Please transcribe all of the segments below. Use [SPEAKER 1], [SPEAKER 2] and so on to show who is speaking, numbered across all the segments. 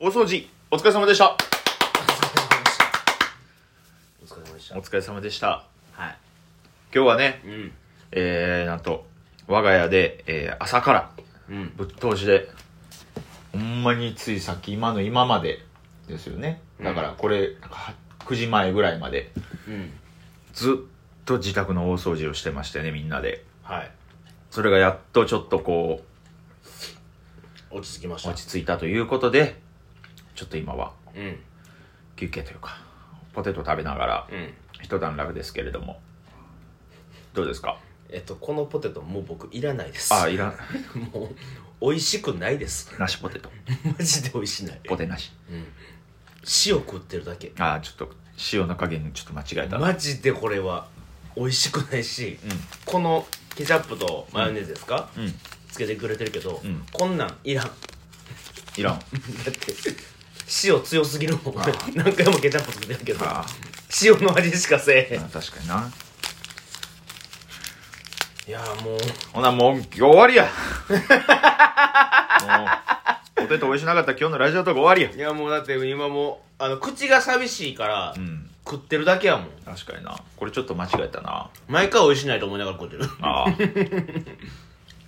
[SPEAKER 1] 大掃除お疲れ様でした
[SPEAKER 2] お疲れ様でした
[SPEAKER 1] お。疲れ様でした
[SPEAKER 2] はい。
[SPEAKER 1] 今日はね
[SPEAKER 2] うん。
[SPEAKER 1] えー、なんと我が家で、えー朝から
[SPEAKER 2] うん。
[SPEAKER 1] ぶっ通しでほんまについさっき今の今までですよねだからこれ、なんかは9時前ぐらいまで
[SPEAKER 2] うん。
[SPEAKER 1] ずっと自宅の大掃除をしてましたよねみんなで
[SPEAKER 2] はい。
[SPEAKER 1] それがやっとちょっとこう
[SPEAKER 2] 落ち着きました。
[SPEAKER 1] 落ち着いたということでちょっと今は
[SPEAKER 2] うん。
[SPEAKER 1] 休憩というかポテト食べながら
[SPEAKER 2] うん。
[SPEAKER 1] 一段落ですけれどもどうですか
[SPEAKER 2] えっと、このポテトもう僕いらないです。
[SPEAKER 1] ああいらん
[SPEAKER 2] もう、美味しくないです。
[SPEAKER 1] なしポテト
[SPEAKER 2] マジで美味しない。
[SPEAKER 1] ポテなし
[SPEAKER 2] 塩食ってるだけ。
[SPEAKER 1] ああちょっと塩の加減ちょっと間違えたな
[SPEAKER 2] マジでこれは、美味しくないし、このケチャップとマヨネーズですか、
[SPEAKER 1] うんうん
[SPEAKER 2] つけてくれてるけど、
[SPEAKER 1] うん
[SPEAKER 2] こんなんいらん。だ
[SPEAKER 1] いらん
[SPEAKER 2] って、塩強すぎるもん。何回もケチャップ作ってるけど、
[SPEAKER 1] あ
[SPEAKER 2] 塩の味しかせえへん
[SPEAKER 1] あ。確かにない
[SPEAKER 2] やーもう、
[SPEAKER 1] ほなもう今日終わり やもうポテト美味しなかったら今日のラジオとか終わりや
[SPEAKER 2] いやもうだって今もうあの口が寂しいから、
[SPEAKER 1] うん
[SPEAKER 2] 食ってるだけやもん
[SPEAKER 1] 確かになこれちょっと間違えたな
[SPEAKER 2] 毎回美味しないと思いながら食ってる
[SPEAKER 1] ああ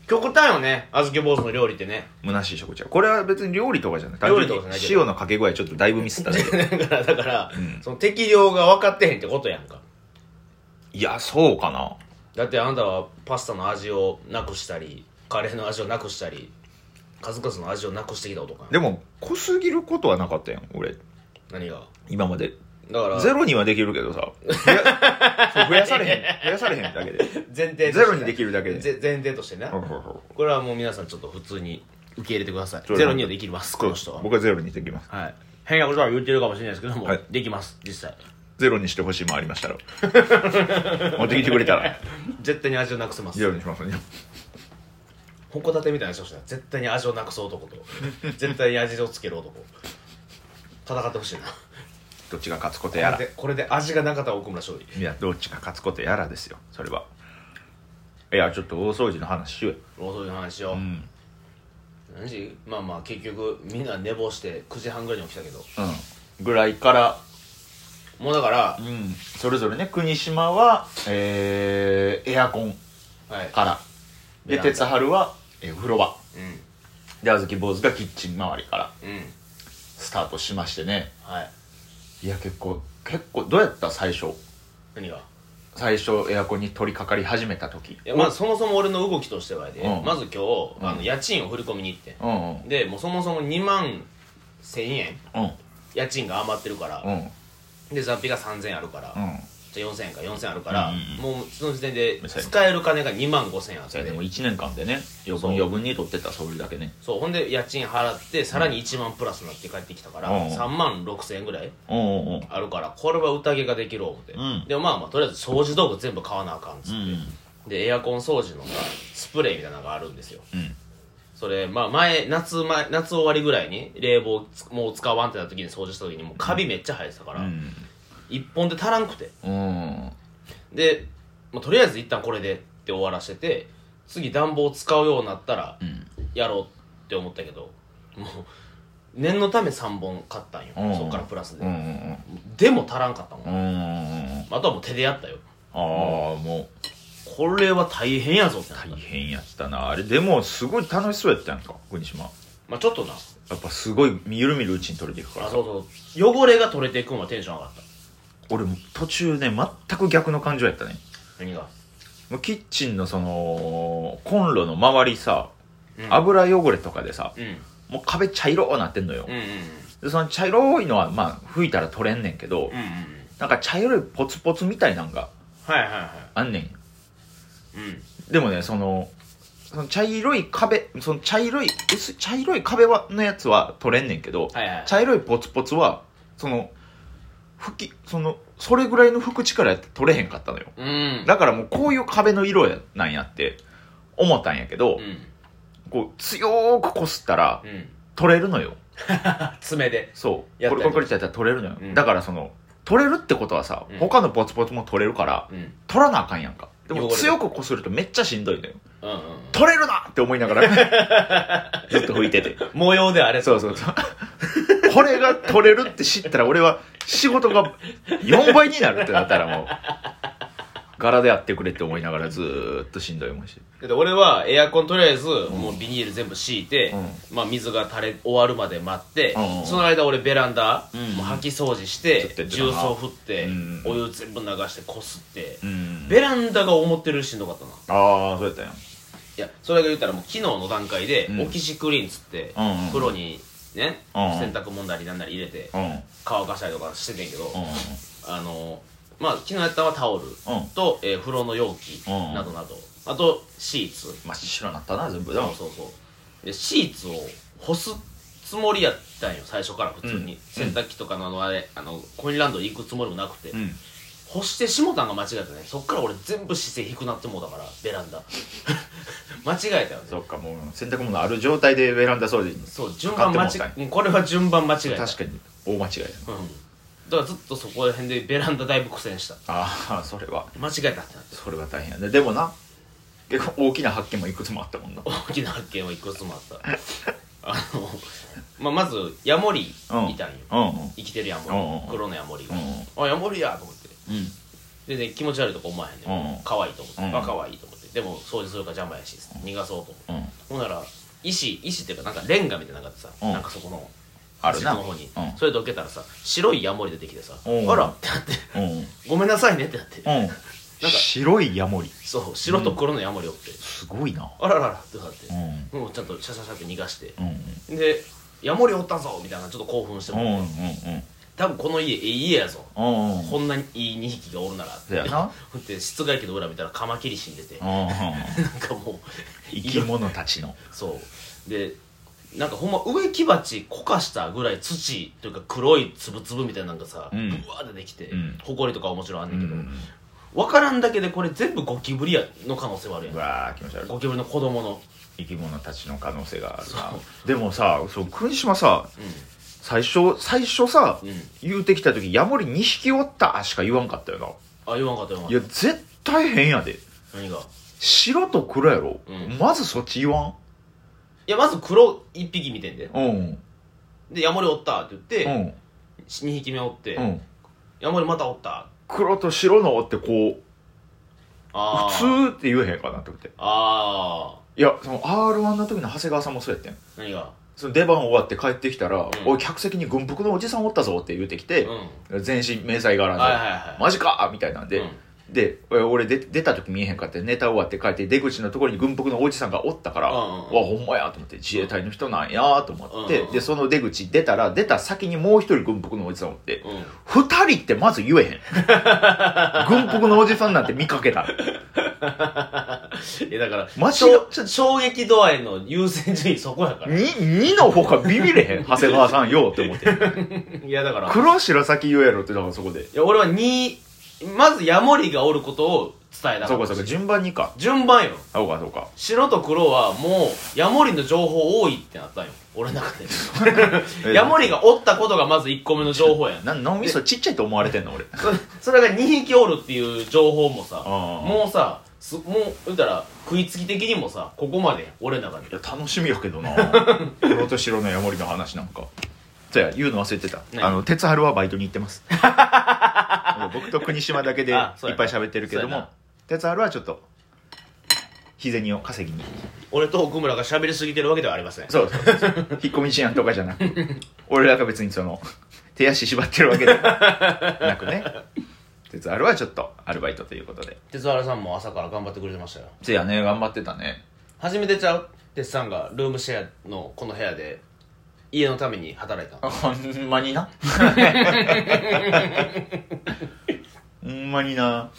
[SPEAKER 2] 極端よね小豆坊主の料理ってね
[SPEAKER 1] 虚しい食事はこれは別に料理とかじゃない
[SPEAKER 2] 料理とかじゃない
[SPEAKER 1] 単
[SPEAKER 2] けど
[SPEAKER 1] 純に塩のかけ具合ちょっとだいぶミスっただけ
[SPEAKER 2] だからだから、その適量が分かってへんってことやんか
[SPEAKER 1] いやそうかな
[SPEAKER 2] だってあなたはパスタの味をなくしたりカレーの味をなくしたり数々の味をなくしてきた男やん
[SPEAKER 1] でも濃すぎることはなかったやん俺
[SPEAKER 2] 何が
[SPEAKER 1] 今まで
[SPEAKER 2] だから
[SPEAKER 1] ゼロにはできるけどさ増や そう増やされへん増やされへんだけで
[SPEAKER 2] 前提として
[SPEAKER 1] ゼロにできるだけで
[SPEAKER 2] ぜ前提としてね、
[SPEAKER 1] ほうほうほ
[SPEAKER 2] これはもう皆さんちょっと普通に受け入れてください
[SPEAKER 1] そう
[SPEAKER 2] ゼロにはできます
[SPEAKER 1] う
[SPEAKER 2] この人は
[SPEAKER 1] 僕はゼロにしてきます
[SPEAKER 2] はい。変なことは言ってるかもしれないですけども、
[SPEAKER 1] はい
[SPEAKER 2] できます、実際。
[SPEAKER 1] ゼロにしてほしいもんありましたら 持ってきてくれたら
[SPEAKER 2] 絶対に味をなくせま
[SPEAKER 1] ゼ
[SPEAKER 2] す。
[SPEAKER 1] ロにしますね
[SPEAKER 2] 矛盾みたいな人したら、絶対に味をなくす男 と、絶対に味をつける男。戦ってほしいな。
[SPEAKER 1] どっちが勝つことやら
[SPEAKER 2] これで、これで味がなかったら奥村勝利。
[SPEAKER 1] いやどっちが勝つことやらですよそれはいやちょっと大掃除の話しようよ
[SPEAKER 2] ロードの話を。
[SPEAKER 1] ん
[SPEAKER 2] 何時まあまあ、結局、みんな寝坊して9時半ぐらいに起きたけど。
[SPEAKER 1] うんぐらいから
[SPEAKER 2] もうだから、
[SPEAKER 1] うん、それぞれね国島は、えーエアコン
[SPEAKER 2] はい。
[SPEAKER 1] からで
[SPEAKER 2] ベランダ
[SPEAKER 1] 鉄春は、えーお風呂場
[SPEAKER 2] うん。
[SPEAKER 1] で小豆坊主がキッチン周りから
[SPEAKER 2] うん。
[SPEAKER 1] スタートしましてね
[SPEAKER 2] はい。
[SPEAKER 1] いや結構結構どうやった最初
[SPEAKER 2] 何が
[SPEAKER 1] 最初エアコンに取り掛かり始めた時
[SPEAKER 2] いや、まあ、そもそも俺の動きとしてはやで、
[SPEAKER 1] うん
[SPEAKER 2] まず今日、あの家賃を振り込みに行って。
[SPEAKER 1] うんうん
[SPEAKER 2] で、もうそもそも2万1000円。
[SPEAKER 1] うん
[SPEAKER 2] 家賃が余ってるから、
[SPEAKER 1] うん
[SPEAKER 2] で残費が3000円あるから、
[SPEAKER 1] う
[SPEAKER 2] じゃあ4000円か4000円あるから、
[SPEAKER 1] うん
[SPEAKER 2] もうその時点で
[SPEAKER 1] めっちゃいい
[SPEAKER 2] 使える金が2万5000円あっ
[SPEAKER 1] んで
[SPEAKER 2] て
[SPEAKER 1] も1年間でね余分
[SPEAKER 2] そう
[SPEAKER 1] 余分に取ってたそれだけね
[SPEAKER 2] そうほんで家賃払ってさらに1万プラスになって帰ってきたから、
[SPEAKER 1] うん
[SPEAKER 2] 3万6000円ぐらい
[SPEAKER 1] うんうんうん
[SPEAKER 2] あるからこれは宴ができる思って、
[SPEAKER 1] うん
[SPEAKER 2] でもまあまあとりあえず掃除道具全部買わなあかんっつって、でエアコン掃除のさスプレーみたいなのがあるんですよ
[SPEAKER 1] うん
[SPEAKER 2] それまあ前夏前夏終わりぐらいに冷房つもう使わんってなった時に掃除した時にもうカビめっちゃ生えてたから、
[SPEAKER 1] うん
[SPEAKER 2] 1本で足らんくて
[SPEAKER 1] うん
[SPEAKER 2] で、まあ、とりあえず一旦これでって終わらせて次暖房使うようになったら
[SPEAKER 1] うん
[SPEAKER 2] やろうって思ったけどもう念のため3本買ったんよ
[SPEAKER 1] うん
[SPEAKER 2] そっからプラス
[SPEAKER 1] うんう
[SPEAKER 2] で
[SPEAKER 1] ん
[SPEAKER 2] でも足らんかったもん
[SPEAKER 1] うんうん
[SPEAKER 2] あとはもう手でやったよ
[SPEAKER 1] ああもう
[SPEAKER 2] これは大変やぞってなった
[SPEAKER 1] 大変やったなあれでもすごい楽しそうやったやんか国島
[SPEAKER 2] まあちょっとなあ
[SPEAKER 1] やっぱすごいみるみるうちに取れていくからさ
[SPEAKER 2] そうそう汚れが取れていくんはテンション上がった
[SPEAKER 1] 俺も途中ね全く逆の感情やったね
[SPEAKER 2] 何が
[SPEAKER 1] もうキッチンのそのコンロの周りさ、
[SPEAKER 2] うん
[SPEAKER 1] 油汚れとかでさ
[SPEAKER 2] うん
[SPEAKER 1] もう壁茶色なってんのよ、
[SPEAKER 2] うんうん
[SPEAKER 1] でその茶色いのはまあ拭いたら取れんねんけど、
[SPEAKER 2] うんうんうん
[SPEAKER 1] なんか茶色いポツポツみたいなんが
[SPEAKER 2] はいはいは
[SPEAKER 1] あんねん
[SPEAKER 2] いうん
[SPEAKER 1] でもねそのその茶色い壁その茶色い薄い茶色い壁はのやつは取れんねんけど、
[SPEAKER 2] はいはい
[SPEAKER 1] 茶色いポツポツはその吹きそのそれぐらいの拭く力やって取れへんかったのよ
[SPEAKER 2] うん
[SPEAKER 1] だからもうこういう壁の色やなんやって思ったんやけど、
[SPEAKER 2] うん
[SPEAKER 1] こう強くこすったら
[SPEAKER 2] うん
[SPEAKER 1] 取れるのよ
[SPEAKER 2] あ爪で
[SPEAKER 1] そう
[SPEAKER 2] や
[SPEAKER 1] コ
[SPEAKER 2] っ
[SPEAKER 1] リ
[SPEAKER 2] たり
[SPEAKER 1] コリコリってやったら取れるのよ、
[SPEAKER 2] うん
[SPEAKER 1] だからその取れるってことはさ、
[SPEAKER 2] うん
[SPEAKER 1] 他のポツポツも取れるから
[SPEAKER 2] うんうん
[SPEAKER 1] 取らなあかんやんかでも
[SPEAKER 2] 汚れる
[SPEAKER 1] 強くこするとめっちゃしんどいのよ
[SPEAKER 2] うんうん
[SPEAKER 1] 取 れるなって思いながらずっと拭いてて
[SPEAKER 2] 模様であれ
[SPEAKER 1] そうそうそうこれが取れるって知ったら俺は仕事が4倍になるってなったらもう柄でやってくれって思いながらずーっとしんどい思いして
[SPEAKER 2] だって俺はエアコンとりあえずもうビニール全部敷いて、
[SPEAKER 1] う
[SPEAKER 2] まあ、水が垂れ終わるまで待って、
[SPEAKER 1] うんうん
[SPEAKER 2] その間俺ベランダ、
[SPEAKER 1] うん
[SPEAKER 2] もう掃き掃除して
[SPEAKER 1] ちょっとやってたな
[SPEAKER 2] 重曹振って、
[SPEAKER 1] うん
[SPEAKER 2] お湯全部流してこすって、
[SPEAKER 1] うん
[SPEAKER 2] ベランダが思ってるよりしんどかったな
[SPEAKER 1] ああそうやったんや
[SPEAKER 2] いやそれが言ったらもう昨日の段階で、
[SPEAKER 1] うん
[SPEAKER 2] オキシクリーンっつって、
[SPEAKER 1] うんうん
[SPEAKER 2] 風呂にね、
[SPEAKER 1] うんうん
[SPEAKER 2] 洗濯もんだりなんなり入れて、
[SPEAKER 1] うん
[SPEAKER 2] 乾かしたりとかしててんけど、
[SPEAKER 1] うん
[SPEAKER 2] あのまあ昨日やったのはタオル
[SPEAKER 1] うん
[SPEAKER 2] と、えー風呂の容器
[SPEAKER 1] うん
[SPEAKER 2] などなど、あとシーツ、
[SPEAKER 1] 真っ白になったな全部で
[SPEAKER 2] そ
[SPEAKER 1] も
[SPEAKER 2] うそうそうでシーツを干すつもりやったんよ最初から普通に、
[SPEAKER 1] うん
[SPEAKER 2] 洗濯機とかのあのあれあのコインランドリー行くつもりもなくて、
[SPEAKER 1] うん
[SPEAKER 2] 干してしもたんが間違えたねそっから俺全部姿勢低くなってもうだからベランダ 間違えたよね
[SPEAKER 1] そっかもう洗濯物ある状態でベランダ掃除に
[SPEAKER 2] そう順番間
[SPEAKER 1] 買って
[SPEAKER 2] 違
[SPEAKER 1] もうたん
[SPEAKER 2] えこれは順番間違えた
[SPEAKER 1] 確かに大間違いだな
[SPEAKER 2] うんだからずっとそこら辺でベランダだいぶ苦戦した
[SPEAKER 1] ああそれは
[SPEAKER 2] 間違えたってなって
[SPEAKER 1] それは大変やねでもな結構大きな発見もいくつもあったもんな
[SPEAKER 2] 大きな発見はいくつもあった あの、まあ、まずヤモリいたんよ、
[SPEAKER 1] うん
[SPEAKER 2] 生きてるヤモ
[SPEAKER 1] うんうん
[SPEAKER 2] リ黒のヤモリが、
[SPEAKER 1] う
[SPEAKER 2] あヤモリやと思って
[SPEAKER 1] うんうん
[SPEAKER 2] 全然気持ち悪いとか思わへんねん、
[SPEAKER 1] うん
[SPEAKER 2] 可愛いと思って、
[SPEAKER 1] うん
[SPEAKER 2] あ可愛いと思ってでも掃除するから邪魔やし逃がそうと思って、
[SPEAKER 1] うん
[SPEAKER 2] ほんなら石石っていうかなんかレンガみたいなのがあってさ、
[SPEAKER 1] うん
[SPEAKER 2] なんかそこの
[SPEAKER 1] あるな
[SPEAKER 2] 端っこの方に、
[SPEAKER 1] うん
[SPEAKER 2] それどけたらさ白いヤモリ出てきてさ、
[SPEAKER 1] うん
[SPEAKER 2] あらってなって
[SPEAKER 1] うんうん
[SPEAKER 2] ごめんなさいねってなって、
[SPEAKER 1] 白いヤモリ
[SPEAKER 2] そう白と黒のヤモリおって、
[SPEAKER 1] すごいな
[SPEAKER 2] あらららってなって
[SPEAKER 1] う、ん
[SPEAKER 2] もうちゃんとシャシャシャって逃がして、
[SPEAKER 1] うん
[SPEAKER 2] でヤモリおったぞみたいなちょっと興奮して
[SPEAKER 1] うんうん
[SPEAKER 2] も、多分この家ええ家やぞ、
[SPEAKER 1] うんうん
[SPEAKER 2] こんなにいい2匹がおるなら
[SPEAKER 1] そうやな
[SPEAKER 2] ほんで室外機の裏見たらカマキリ死んでて、
[SPEAKER 1] うん
[SPEAKER 2] なんかもう
[SPEAKER 1] 生き物たちの
[SPEAKER 2] そうでなんかほんま植木鉢こかしたぐらい土というか黒い粒々みたいなのがさ、
[SPEAKER 1] うん
[SPEAKER 2] ぶわー出てきて、
[SPEAKER 1] うん
[SPEAKER 2] ほこりとかはもちろんあん
[SPEAKER 1] う
[SPEAKER 2] ねんけど、
[SPEAKER 1] ん
[SPEAKER 2] 分からんだけでこれ全部ゴキブリやの可能性はあるや
[SPEAKER 1] うんわー気持ち悪い
[SPEAKER 2] ゴキブリの子供の、
[SPEAKER 1] 生き物たちの可能性があるなでもさそう国島さ最初最初さ
[SPEAKER 2] うんうん、
[SPEAKER 1] 言うてきた時ヤモリ2匹おったしか言わんかったよな
[SPEAKER 2] あ言わんかった言わん
[SPEAKER 1] い
[SPEAKER 2] かっ
[SPEAKER 1] や絶対変やで
[SPEAKER 2] た何が
[SPEAKER 1] 白と黒やろ、
[SPEAKER 2] うん
[SPEAKER 1] まずそっち言わ
[SPEAKER 2] いやまず黒1匹見てんで
[SPEAKER 1] んうん
[SPEAKER 2] でヤモリおったって言
[SPEAKER 1] う
[SPEAKER 2] って、
[SPEAKER 1] ん
[SPEAKER 2] 二2匹目おって、
[SPEAKER 1] うん
[SPEAKER 2] ヤモリまたおった
[SPEAKER 1] 黒と白のってこう
[SPEAKER 2] あー
[SPEAKER 1] 普通って言えへんかなって思って
[SPEAKER 2] あ
[SPEAKER 1] いやその R1 の時の長谷川さんもそうやってん
[SPEAKER 2] ー何が
[SPEAKER 1] その出番終わって帰ってきたら「
[SPEAKER 2] うん
[SPEAKER 1] おい客席に軍服のおじさんおったぞ」って言うてき
[SPEAKER 2] う
[SPEAKER 1] て
[SPEAKER 2] ん、
[SPEAKER 1] 全身迷彩柄で、
[SPEAKER 2] はいはいはい
[SPEAKER 1] マジか!」みたいなんで、
[SPEAKER 2] うん
[SPEAKER 1] でえ俺で出た時見えへんかってネタ終わって帰って出口のところに軍服のおじさんがおったから「
[SPEAKER 2] うんうんうん
[SPEAKER 1] わほんまや」と思って自衛隊の人なんやと思って、
[SPEAKER 2] うんうん
[SPEAKER 1] でその出口出たら出た先にもう一人軍服のおじさんおって、
[SPEAKER 2] うん
[SPEAKER 1] 二人ってまず言えへ ん軍服のおじさんなんて見かけた
[SPEAKER 2] いやだから
[SPEAKER 1] 間違
[SPEAKER 2] しょ衝撃度合いの優先順位そこやから
[SPEAKER 1] に二のほかビビれへん長谷川さんよって思って
[SPEAKER 2] いやだから
[SPEAKER 1] 黒白先言えろってだからそこで
[SPEAKER 2] いや俺は2まずヤモリがおることを伝えな
[SPEAKER 1] そ
[SPEAKER 2] か
[SPEAKER 1] うか
[SPEAKER 2] った
[SPEAKER 1] そうか順番にか
[SPEAKER 2] 順番よ
[SPEAKER 1] そうかそうか
[SPEAKER 2] 白と黒はもうヤモリの情報多いってなったんよ俺の中
[SPEAKER 1] え
[SPEAKER 2] でヤモリがおったことがまず1個目の情報やん
[SPEAKER 1] な脳みそちっちゃいと思われてんの俺
[SPEAKER 2] そそれが2匹おるっていう情報もさ
[SPEAKER 1] うん
[SPEAKER 2] もうさすもう言ったら食いつき的にもさここまで俺の中
[SPEAKER 1] い
[SPEAKER 2] で
[SPEAKER 1] や楽しみやけど な黒と白のヤモリの話なんかじゃあ言うの忘れてた
[SPEAKER 2] 何
[SPEAKER 1] あの鉄春はバイトに行ってます 僕と国島だけでいっ
[SPEAKER 2] あ
[SPEAKER 1] ぱ
[SPEAKER 2] そう
[SPEAKER 1] い
[SPEAKER 2] やな
[SPEAKER 1] 喋ってるけど
[SPEAKER 2] そうや
[SPEAKER 1] も
[SPEAKER 2] な
[SPEAKER 1] 鉄春はちょっと日銭を稼ぎに
[SPEAKER 2] 俺と奥村が喋りすぎてるわけではありません
[SPEAKER 1] そうそうそうそう 引っ込み思案とかじゃなく俺らが別にその手足縛ってるわけでもなくね 鉄アルはちょっとアルバイトということで
[SPEAKER 2] 哲原さんも朝から頑張ってくれてましたよ
[SPEAKER 1] せやね頑張ってたね
[SPEAKER 2] 初めてちゃう哲さんがルームシェアのこの部屋で家のために働いたの
[SPEAKER 1] ほんまに なほんまにな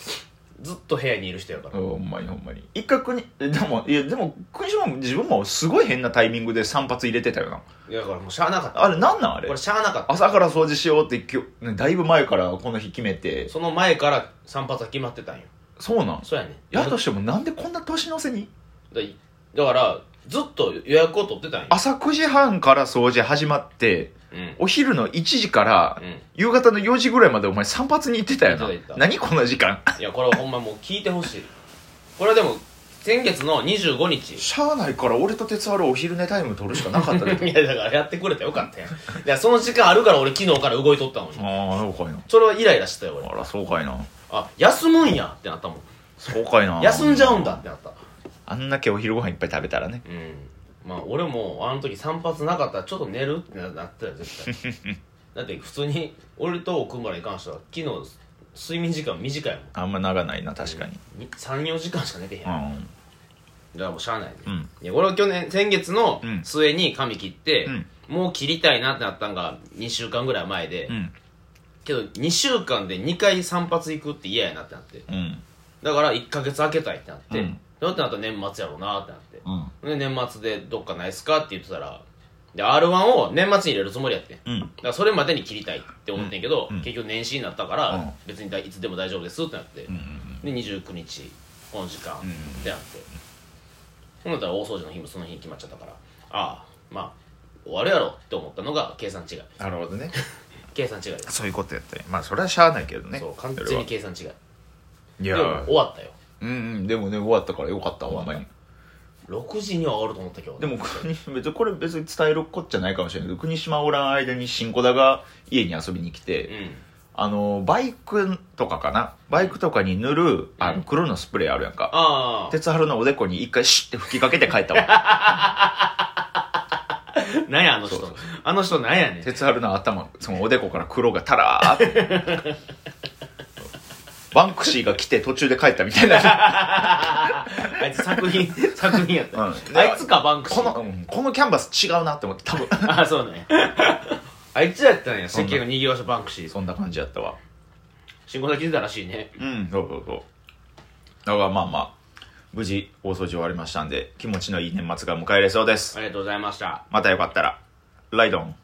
[SPEAKER 2] ずっと部屋にいる人やから
[SPEAKER 1] ほんまにほんまに一回国えでもいやでも国島も自分もすごい変なタイミングで散髪入れてたよない
[SPEAKER 2] やだからもうしゃあなかった
[SPEAKER 1] あれなんなんあれ
[SPEAKER 2] これしゃあなかった
[SPEAKER 1] 朝から掃除しようって今日ねだいぶ前からこの日決めて
[SPEAKER 2] その前から散髪は決まってたんよ
[SPEAKER 1] そうなん
[SPEAKER 2] そうやね
[SPEAKER 1] やとしてもなんでこんな年の瀬に
[SPEAKER 2] だだからずっと予約を取ってたんよ
[SPEAKER 1] 朝9時半から掃除始まって、
[SPEAKER 2] うんうん
[SPEAKER 1] お昼の1時から、夕方の4時ぐらいまでお前散髪に行ってたよ
[SPEAKER 2] 行
[SPEAKER 1] な
[SPEAKER 2] ってた行って。た
[SPEAKER 1] 何この時間
[SPEAKER 2] いやこれはほんまもう聞いてほしいこれはでも先月の25日
[SPEAKER 1] しゃあないから俺と鉄丸お昼寝タイム取るしかなかったで
[SPEAKER 2] いやだからやってくれてよかったやんいやその時間あるから俺昨日から動いとったのに
[SPEAKER 1] ああそうかいな
[SPEAKER 2] それはイライラしてたよ俺
[SPEAKER 1] あらそうかいな
[SPEAKER 2] あ休むんやってなったもん
[SPEAKER 1] そうかいな
[SPEAKER 2] 休んじゃうんだってなった
[SPEAKER 1] あんだけお昼ご飯いっぱい食べたらね
[SPEAKER 2] うんまあ俺もあの時散髪なかったらちょっと寝るってななったよ絶対だって普通に俺と奥村に関しては昨日睡眠時間短いもん
[SPEAKER 1] あんま長ないな確かに
[SPEAKER 2] 34時間しか寝てへん、
[SPEAKER 1] う
[SPEAKER 2] だか
[SPEAKER 1] ん
[SPEAKER 2] らもうしゃあないね、
[SPEAKER 1] うん
[SPEAKER 2] いや俺は去年先月の
[SPEAKER 1] うん
[SPEAKER 2] 末に髪切って、
[SPEAKER 1] うん
[SPEAKER 2] もう切りたいなってなったんが2週間ぐらい前で、
[SPEAKER 1] うん
[SPEAKER 2] けど2週間で2回散髪行くって嫌やなってなって
[SPEAKER 1] うん
[SPEAKER 2] だから1ヶ月空けたいってなって、
[SPEAKER 1] うん
[SPEAKER 2] だってなったら年末やろうなってなって
[SPEAKER 1] うん
[SPEAKER 2] で年末でどっかないっすかって言ってたらで r 1を年末に入れるつもりやってんだ
[SPEAKER 1] うん
[SPEAKER 2] からそれまでに切りたいって思ってんけど、
[SPEAKER 1] うんうん
[SPEAKER 2] 結局年始になったか
[SPEAKER 1] うん
[SPEAKER 2] ら別にいつでも大丈夫ですってなって、
[SPEAKER 1] うん
[SPEAKER 2] で29日この時間っ
[SPEAKER 1] ん
[SPEAKER 2] てなってほんだったら大掃除の日もその日に決まっちゃったからああまあ終わるやろって思ったのが計算違い
[SPEAKER 1] なるほどね
[SPEAKER 2] 計算違いです、
[SPEAKER 1] そういうことやったねまあそれはしゃあないけどね
[SPEAKER 2] そう完全に計算違い
[SPEAKER 1] い
[SPEAKER 2] で
[SPEAKER 1] や
[SPEAKER 2] も
[SPEAKER 1] ー
[SPEAKER 2] 終わったよ
[SPEAKER 1] うんうんでもね終わったからよかったほんまに
[SPEAKER 2] 6時には終わると思ったけど
[SPEAKER 1] でもこれ別にこれ別に伝えるこっちゃないかもしれないけど国島おらん間に新小田が家に遊びに来て、
[SPEAKER 2] うん
[SPEAKER 1] あのバイクとかかなバイクとかに塗るあの黒のスプレーあるやんか、
[SPEAKER 2] あ
[SPEAKER 1] 鉄春のおでこに一回シュッて吹きかけて帰った わ
[SPEAKER 2] あなんやあの人
[SPEAKER 1] そうそう
[SPEAKER 2] あの人なんやねん
[SPEAKER 1] 鉄春の頭そのおでこから黒がたらーってバンクシーが来て途中で帰ったみたい な
[SPEAKER 2] あいつ作 品作品やった、
[SPEAKER 1] うん
[SPEAKER 2] あいつかバンクシ
[SPEAKER 1] こ
[SPEAKER 2] ー
[SPEAKER 1] の、うんこのキャンバス違うなって思って多分
[SPEAKER 2] ああそうね あいつやったんや
[SPEAKER 1] そ
[SPEAKER 2] 世
[SPEAKER 1] んな
[SPEAKER 2] 間の賑わしバンクシー
[SPEAKER 1] そんな感じやったわ
[SPEAKER 2] 新婚さん聞いてたらしいね
[SPEAKER 1] うんそうそうそうだからまあまあ無事大掃除終わりましたんで気持ちのいい年末が迎えれそうです
[SPEAKER 2] ありがとうございました
[SPEAKER 1] またよかったらライドン